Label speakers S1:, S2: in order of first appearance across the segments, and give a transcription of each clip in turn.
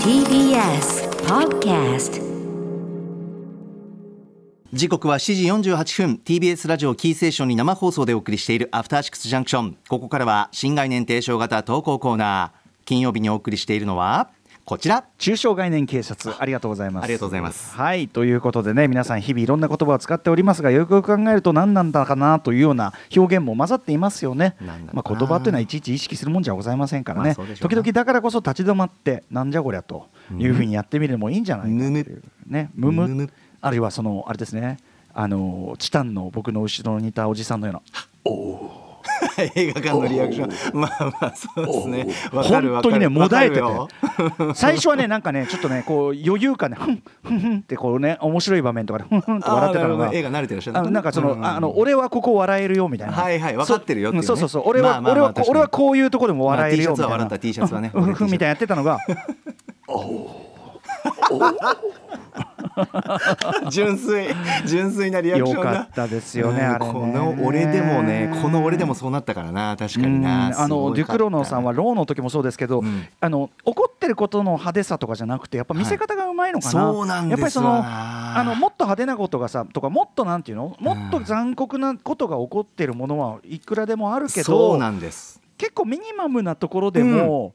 S1: TBS Podcast
S2: 時刻は7時48分 TBS ラジオキーステーションに生放送でお送りしているアフターシックスジャンクションここからは新概念提唱型投稿コーナー金曜日にお送りしているのはこちら
S3: 中小概念警察ありがとうございます
S2: ありがとうございます
S3: はいということでね皆さん日々いろんな言葉を使っておりますがよくよく考えると何なんだかなというような表現も混ざっていますよね
S2: 何なんだかな
S3: まあ、言葉というのはいちいち意識するもんじゃございませんからね,、
S2: まあそうでしょうね
S3: 時々だからこそ立ち止まってなんじゃこりゃというふうにやってみるのもいいんじゃないかっていうねむむ
S2: むむ
S3: あるいはそのあれですねあのチタンの僕の後ろにいたおじさんのような
S2: 映画館のリアクションまあまあそうですねわかる
S3: 本
S2: わか
S3: 当
S2: る
S3: にねもだえてて
S2: わかるよ
S3: 最初はねなんかねちょっとねこう余裕感でふんふんふんってこうね面白い場面とかでふんふんって笑ってた
S2: あーな
S3: の
S2: るほ
S3: が
S2: ど映画慣れてらっしゃる
S3: あのなんかその,、
S2: うんうん
S3: あの俺はここ笑えるよみたいな
S2: はいはい分かってるよっていうね
S3: そうんそうそう俺は、
S2: まあまあまあ
S3: 俺は
S2: 確かに
S3: 俺はこういうとこでも笑えるよみたいな、
S2: まあ T シャツは笑った T シャツはね
S3: うんふんふんみたいなやってたのが
S2: 純粋純粋なリアクシ
S3: よ
S2: ョンだ
S3: かったですよね、
S2: うん
S3: あれね
S2: この俺でもねこの俺でもそうなったからな確かに
S3: うん
S2: な
S3: あのデュクロノさん
S2: は
S3: はローの時もそうですけど、
S2: うん
S3: あの怒ってることの派手さとかじゃなくてやっぱ見せ方がうまいのかな、
S2: はいそうなんですわ
S3: やっぱりそのあのもっと派手なことがさとかもっとなんていうのもっと残酷なことが起こってるものはいくらでもあるけ
S2: そう
S3: ど
S2: なんです
S3: 結構ミニマムなところでも、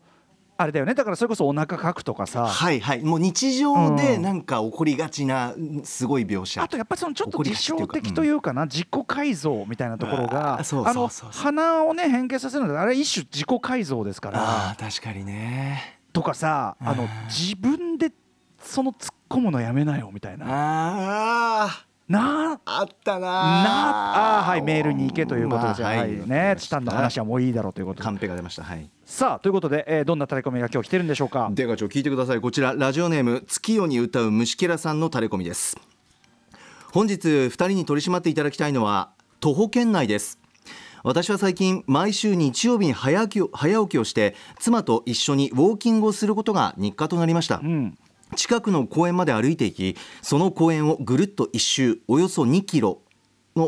S3: あれだよねだからそれこそお腹かくとかさ、
S2: はいはいもう日常で
S3: うん
S2: なんか起こりがちなすごい描写
S3: あとやっぱりそのちょっと
S2: 怒り
S3: 自
S2: がちっていう
S3: 傷
S2: か
S3: 的というかな、自己改造みたいなところが
S2: あーそう
S3: あ
S2: そ
S3: の
S2: うそうそう
S3: 鼻をね変形させるのであれ一種自己改造ですから。
S2: あー確かにね
S3: とかさあの
S2: あ
S3: 自分でその突っ込むのやめなよみたいな
S2: あ
S3: な
S2: ああったな
S3: あなあーはいメールに行けということでじゃあ
S2: まあ
S3: は
S2: はいい
S3: ねチタンの話はもういいだろうということ
S2: カ
S3: で
S2: ンペが出ましたはい
S3: さあということでえーどんなタレコミが今日来てるんでしょうか
S2: でかちょ聞いてくださいこちらラジオネーム月夜に歌う虫けらさんのタレコミです本日2人に取り締まっていただきたいのは徒歩圏内です私は最近毎週日曜日に早起きを早起きをして妻と一緒にウォーキングをすることが日課となりました、
S3: うん
S2: 近くの公園まで歩いていきその公園をぐるっと一周およそ2キロの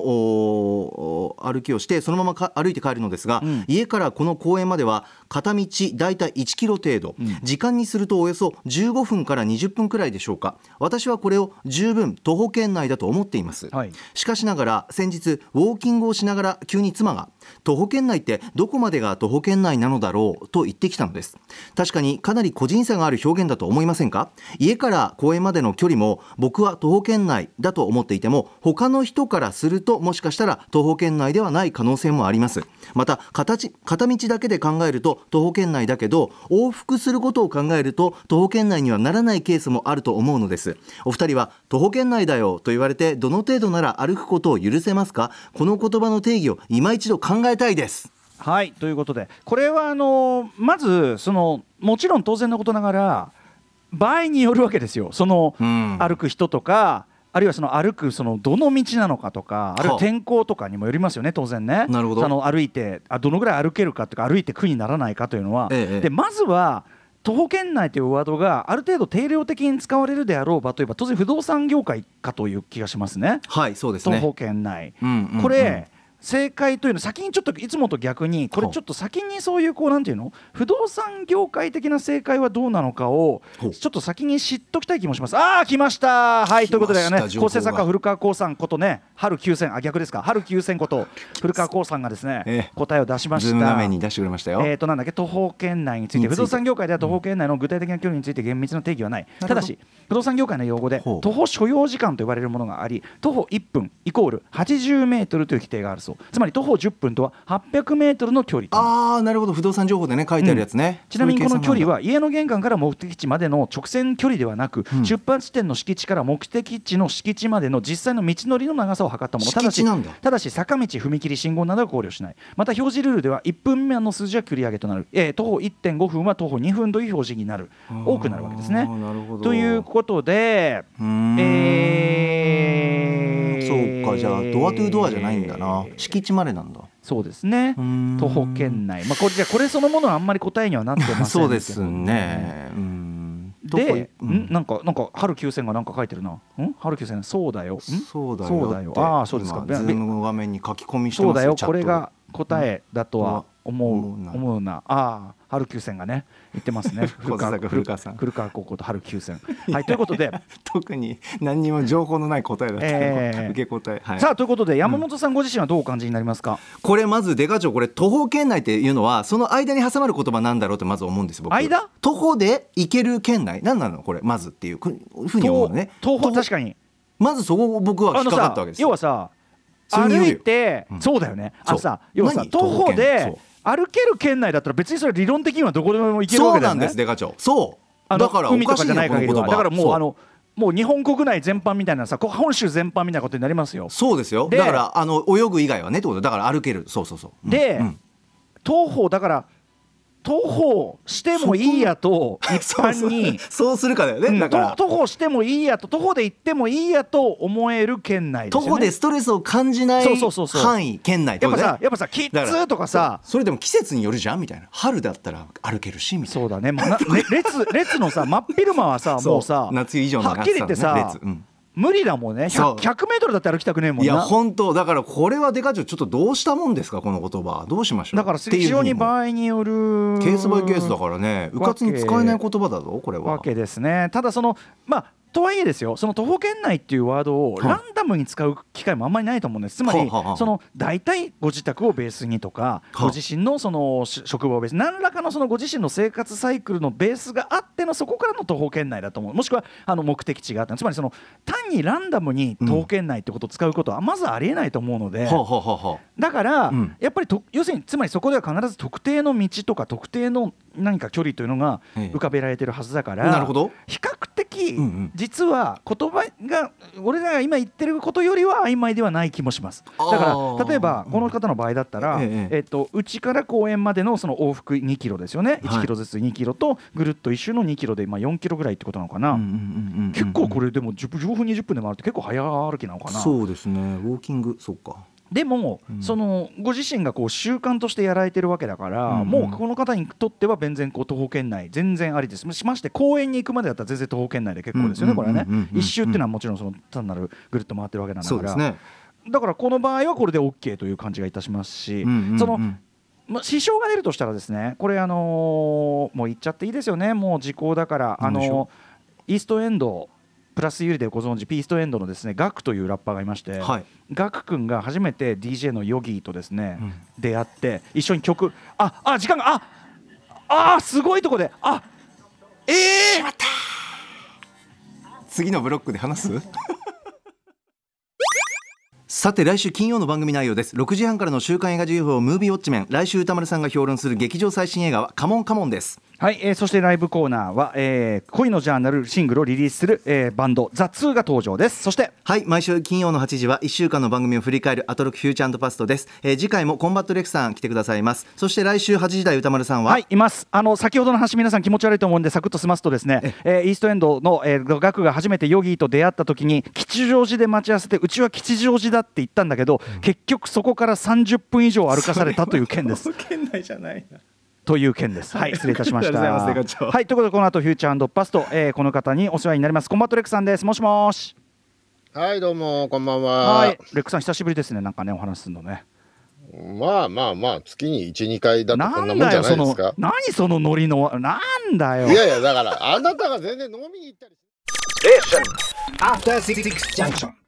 S2: おー歩きをしてそのままか歩いて帰るのですが、
S3: うん
S2: 家からこの公園までは片道だいたい1キロ程度、時間にするとおよそ15分から20分くらいでしょうか私はこれを十分徒歩圏内だと思っています、
S3: はい
S2: しかしながら先日ウォーキングをしながら急に妻が徒歩圏内ってどこまでが徒歩圏内なのだろうと言ってきたのです確かにかなり個人差がある表現だと思いませんか家から公園までの距離も僕は徒歩圏内だと思っていても他の人からするともしかしたら徒歩圏内ではない可能性もありますまた形片道だけで考えると徒歩圏内だけど往復することを考えると徒歩圏内にはならないケースもあると思うのですお二人は徒歩圏内だよと言われてどの程度なら歩くことを許せますかこの言葉の定義を今一度考えたいです
S3: はいということでこれはあのーまずそのもちろん当然のことながら場合によるわけですよその
S2: うん
S3: 歩く人とかあるいはその歩くそのどの道なのかとかあるいは
S2: はあ
S3: 天候とかにもよりますよね当然ね
S2: なるほど
S3: その歩いてあどのぐらい歩けるかとか歩いて苦にならないかというのは、
S2: ええ
S3: でまずは徒歩圏内というワードがある程度定量的に使われるであろう場といえば当然不動産業界かという気がしますね
S2: はいそうです
S3: 徒
S2: ね
S3: 歩圏内。
S2: うんうんうん
S3: これ正解というのは先にちょっといつもと逆にこれ
S2: ほう
S3: ちょっと先にそういうこうなんていうの不動産業界的な正解はどうなのかを
S2: ほう
S3: ちょっと先に知っときたい気もしますああ来ましたはいということで
S2: 来
S3: ね
S2: ました情報
S3: 構
S2: が
S3: 成作家古川光さんことね春九千あ逆ですか春九千こと古川光さんがです
S2: え
S3: ね
S2: え
S3: 答えを出しまし
S2: ズーム画
S3: た
S2: 面に出してくれましたよ、
S3: えー、となんだっけ徒歩圏内につい
S2: につ
S3: て
S2: いて
S3: 不動産業界では徒歩圏内の具体的な距離について厳密な定義はない
S2: ほど
S3: ただし不動産業界の用語で
S2: ほう
S3: 徒歩所要時間と呼ばれるものがあり徒歩1分イコール80メートルという規定があるそうつまり徒歩10分とは800メートルの距離
S2: ああなるほど不動産情報でね書いてあるやつね、
S3: ちなみにこの距離
S2: は
S3: は家の玄関から目的地までの直線距離ではなく、
S2: うん
S3: 出発地点の敷地から目的地の敷地までの実際の道のりの長さを測ったものただ
S2: 敷
S3: し
S2: 地なんだ
S3: ただし坂道踏切信号などは考慮しないまた表示ルールでは1分未満の数字は繰り上げとなる、えー徒歩1.5分は徒歩2分という表示になる多くなるわけです
S2: あ
S3: ね
S2: ーなるほど
S3: ということで
S2: うーん
S3: えー
S2: そうかじゃあドアトゥドアじゃないんだな敷地までなんだ
S3: そうですね
S2: うーん
S3: 徒歩圏内、まあ、これじゃあこれそのものはあんまり答えにはなってませんけど
S2: そうですねうん
S3: で、
S2: どこ
S3: ん、なんか、なんか、春九千がなんか書いてるな。ん、春九千、そうだよ。ん
S2: そうだよ
S3: そうだよ
S2: って
S3: ああそうですか
S2: 今ズーム画面に書き込みして
S3: そう
S2: ます
S3: だよ、
S2: チャッ
S3: こ
S2: ト
S3: れが答えだとは思う、
S2: うん
S3: 思うな。ああ、春急線がね行ってます ね
S2: 小坂古川さん
S3: 古川高校と春急 線はいということで、
S2: 特に何にも情報のない答えだったの、
S3: え
S2: 受
S3: ー
S2: け答え、はい、
S3: さあということで山本さんご自身はどうお感じになりますか、
S2: これまず出川町これ徒歩圏内っていうのはその間に挟まる言葉なんだろうってまず思うんです僕
S3: 間
S2: 徒歩で行ける圏内何なのこれまずっていうくふうに思うのね
S3: 東宝確かに
S2: まずそこを僕は引
S3: あ
S2: っ
S3: の
S2: かか
S3: さ
S2: ったわけです
S3: 要はさ
S2: それによ
S3: 歩
S2: るよ
S3: いて、
S2: うん
S3: そうだよねあのさ
S2: そう
S3: 要はさ
S2: 何
S3: 徒
S2: 徒
S3: 歩
S2: 歩圏
S3: で歩ける圏内だったら別にそれ理論的にはどこでも行けるわ
S2: そう
S3: けだ
S2: なん
S3: よね
S2: です出川町そう
S3: あの
S2: だからお
S3: 海と
S2: かし
S3: か
S2: い
S3: じゃ
S2: よ
S3: ない
S2: この
S3: 限
S2: 言
S3: りは
S2: 葉
S3: だからも
S2: そうう
S3: あのもう日本国内全般みたいなさこ本州全般みたいなことになりますよ
S2: そうですよ
S3: で
S2: だからあの泳ぐ以外はねってことだから歩けるそうそうそううん
S3: で
S2: うん
S3: 東宝だから東宝してもいいやと一般に
S2: そうそうするかだよね、
S3: うん
S2: だから
S3: と徒歩してもいいやと徒歩で行ってもいいやと思える圏内です
S2: 徒
S3: よね
S2: 歩でストレスを感じない
S3: そうそうそうそう
S2: 範囲圏内って
S3: やっ
S2: こ
S3: ぱ
S2: とだ
S3: さ
S2: ね
S3: やっぱさキ
S2: だ
S3: ッ
S2: から
S3: ズとかさ
S2: それでも季節によるじゃんみたいな春だったら歩けるしみたいな
S3: そうだね,、まあ、なね列列のさ真っ昼間はさ
S2: そう
S3: もうさ
S2: 夏以上の
S3: はっきり言って
S2: 暑
S3: さ
S2: さ、のね
S3: 無理だもんね
S2: そ
S3: 100,
S2: う
S3: 100メートルだって歩きたくねえもん
S2: いや
S3: な
S2: 本当だからこれはデカ長ちょっとどうしたもんですかこの言葉どうしましょう
S3: だから
S2: っていう
S3: 非常に
S2: ふう思う
S3: 場合による
S2: ケースバイケースだからねうかつに使えない言葉だぞこれ
S3: わ
S2: は
S3: けですねただそのまあとはいえですよその徒歩圏内っていうワードを
S2: はい
S3: ランダムに使う機会もあんまりないと思うんですつま
S2: は
S3: り
S2: あはあはあ
S3: その大体ご自宅をベースにとか
S2: はあ
S3: ご自身のそのし職場をベースに何らかのそのご自身の生活サイクルのベースがあってのそこからの徒歩圏内だと思うもしくはあの目的地があったつまりその単にランダムに徒歩圏内ってことを使うことはまずありえないと思うので、
S2: はあはあはあはあ
S3: だから、
S2: うん
S3: やっぱりと要するにつまりそこでは必ず特定の道とか特定の何か距離というのが
S2: ええ
S3: 浮かべられてるはずだから、
S2: なるほど
S3: 比較的、
S2: うんうん
S3: 実は言葉が俺らが今言ってることよりは曖昧ではない気もします
S2: あー
S3: だから例えばこの方の場合だったら、
S2: え
S3: え
S2: え
S3: っとうちから公園までのその往復2キロですよね、
S2: はい
S3: 1キロずつ2キロとぐるっと一周の2キロで、まあ、4キロぐらいってことなのかな、
S2: うんうんうんうん
S3: 結構これでも10分15分20分で回るって結構早歩きなのかな。
S2: そうですねウォーキングそうか
S3: でも、
S2: うん
S3: そのご自身がこう習慣としてやられてるわけだから、
S2: うんうん
S3: もうこの方にとっては全然こう徒歩圏内全然ありですしまして公園に行くまでだったら全然徒歩圏内で結構ですよね、
S2: うんうん
S3: これは
S2: うんうんうん
S3: ね
S2: うん
S3: 一周っていうのはもちろんその単なるぐるっと回ってるわけなんだか
S2: そ
S3: ら
S2: うですね
S3: だからこの場合はこれで OK という感じがいたしますし、
S2: うんうんうん
S3: そのまあ、支障が出るとしたらですねこれあのーもう言っちゃっていいですよねもう時効だからあ
S2: 何でし
S3: の
S2: ょ
S3: ーイーストエンドプラスユリでご存知ピーストエンドのですねガクというラッパーがいまして、
S2: はい
S3: ガク君が初めて DJ のヨギーとですね、
S2: うん
S3: 出会って一緒に曲ああ時間がああーすごいとこであええ
S2: 次のブロックで話す さて来週金曜の番組内容です6時半からの週刊映画情報ムービーウォッチメン来週歌丸さんが評論する劇場最新映画はカモンカモンです
S3: はい、えーそしてライブコーナーは、えー恋のジャーナルシングルをリリースする、えーバンド「ザ・ツーが登場ですそして
S2: はい毎週金曜の8時は1週間の番組を振り返るアトロックフューチャーパストです、えー次回もコンバットレックさん来てくださいますそして来週8時台歌丸さんは、
S3: はい、います。あの先ほどの話皆さん気持ち悪いと思うんでサクッと済ますとですね、えーイーストエンドの、えー、ガクが初めてヨギーと出会った時に吉祥寺で待ち合わせてうちは吉祥寺だって言ったんだけど、結局そこから30分以上歩かされたという件です。
S2: 県内じゃないな
S3: という件です。はい、失礼いたしました。
S2: ありがとうございます出川長
S3: はい、ということでこの後フューチャーパスト、えーこの方にお世話になりますコンバットレックさんです。もしもし。
S4: はい、どうも、こんばんは。
S3: はい、レックさん久しぶりですね。なんかねお話するのね。
S4: まあまあまあ、月に1、2回だとこんなもん
S3: だ
S4: じゃ
S3: よ
S4: ない
S3: そ
S4: です
S3: の
S4: か。
S3: 何そのノリのなんだよ
S4: い。やいや、だから、あなたが全然飲みに行ったり。
S5: After Six Junction.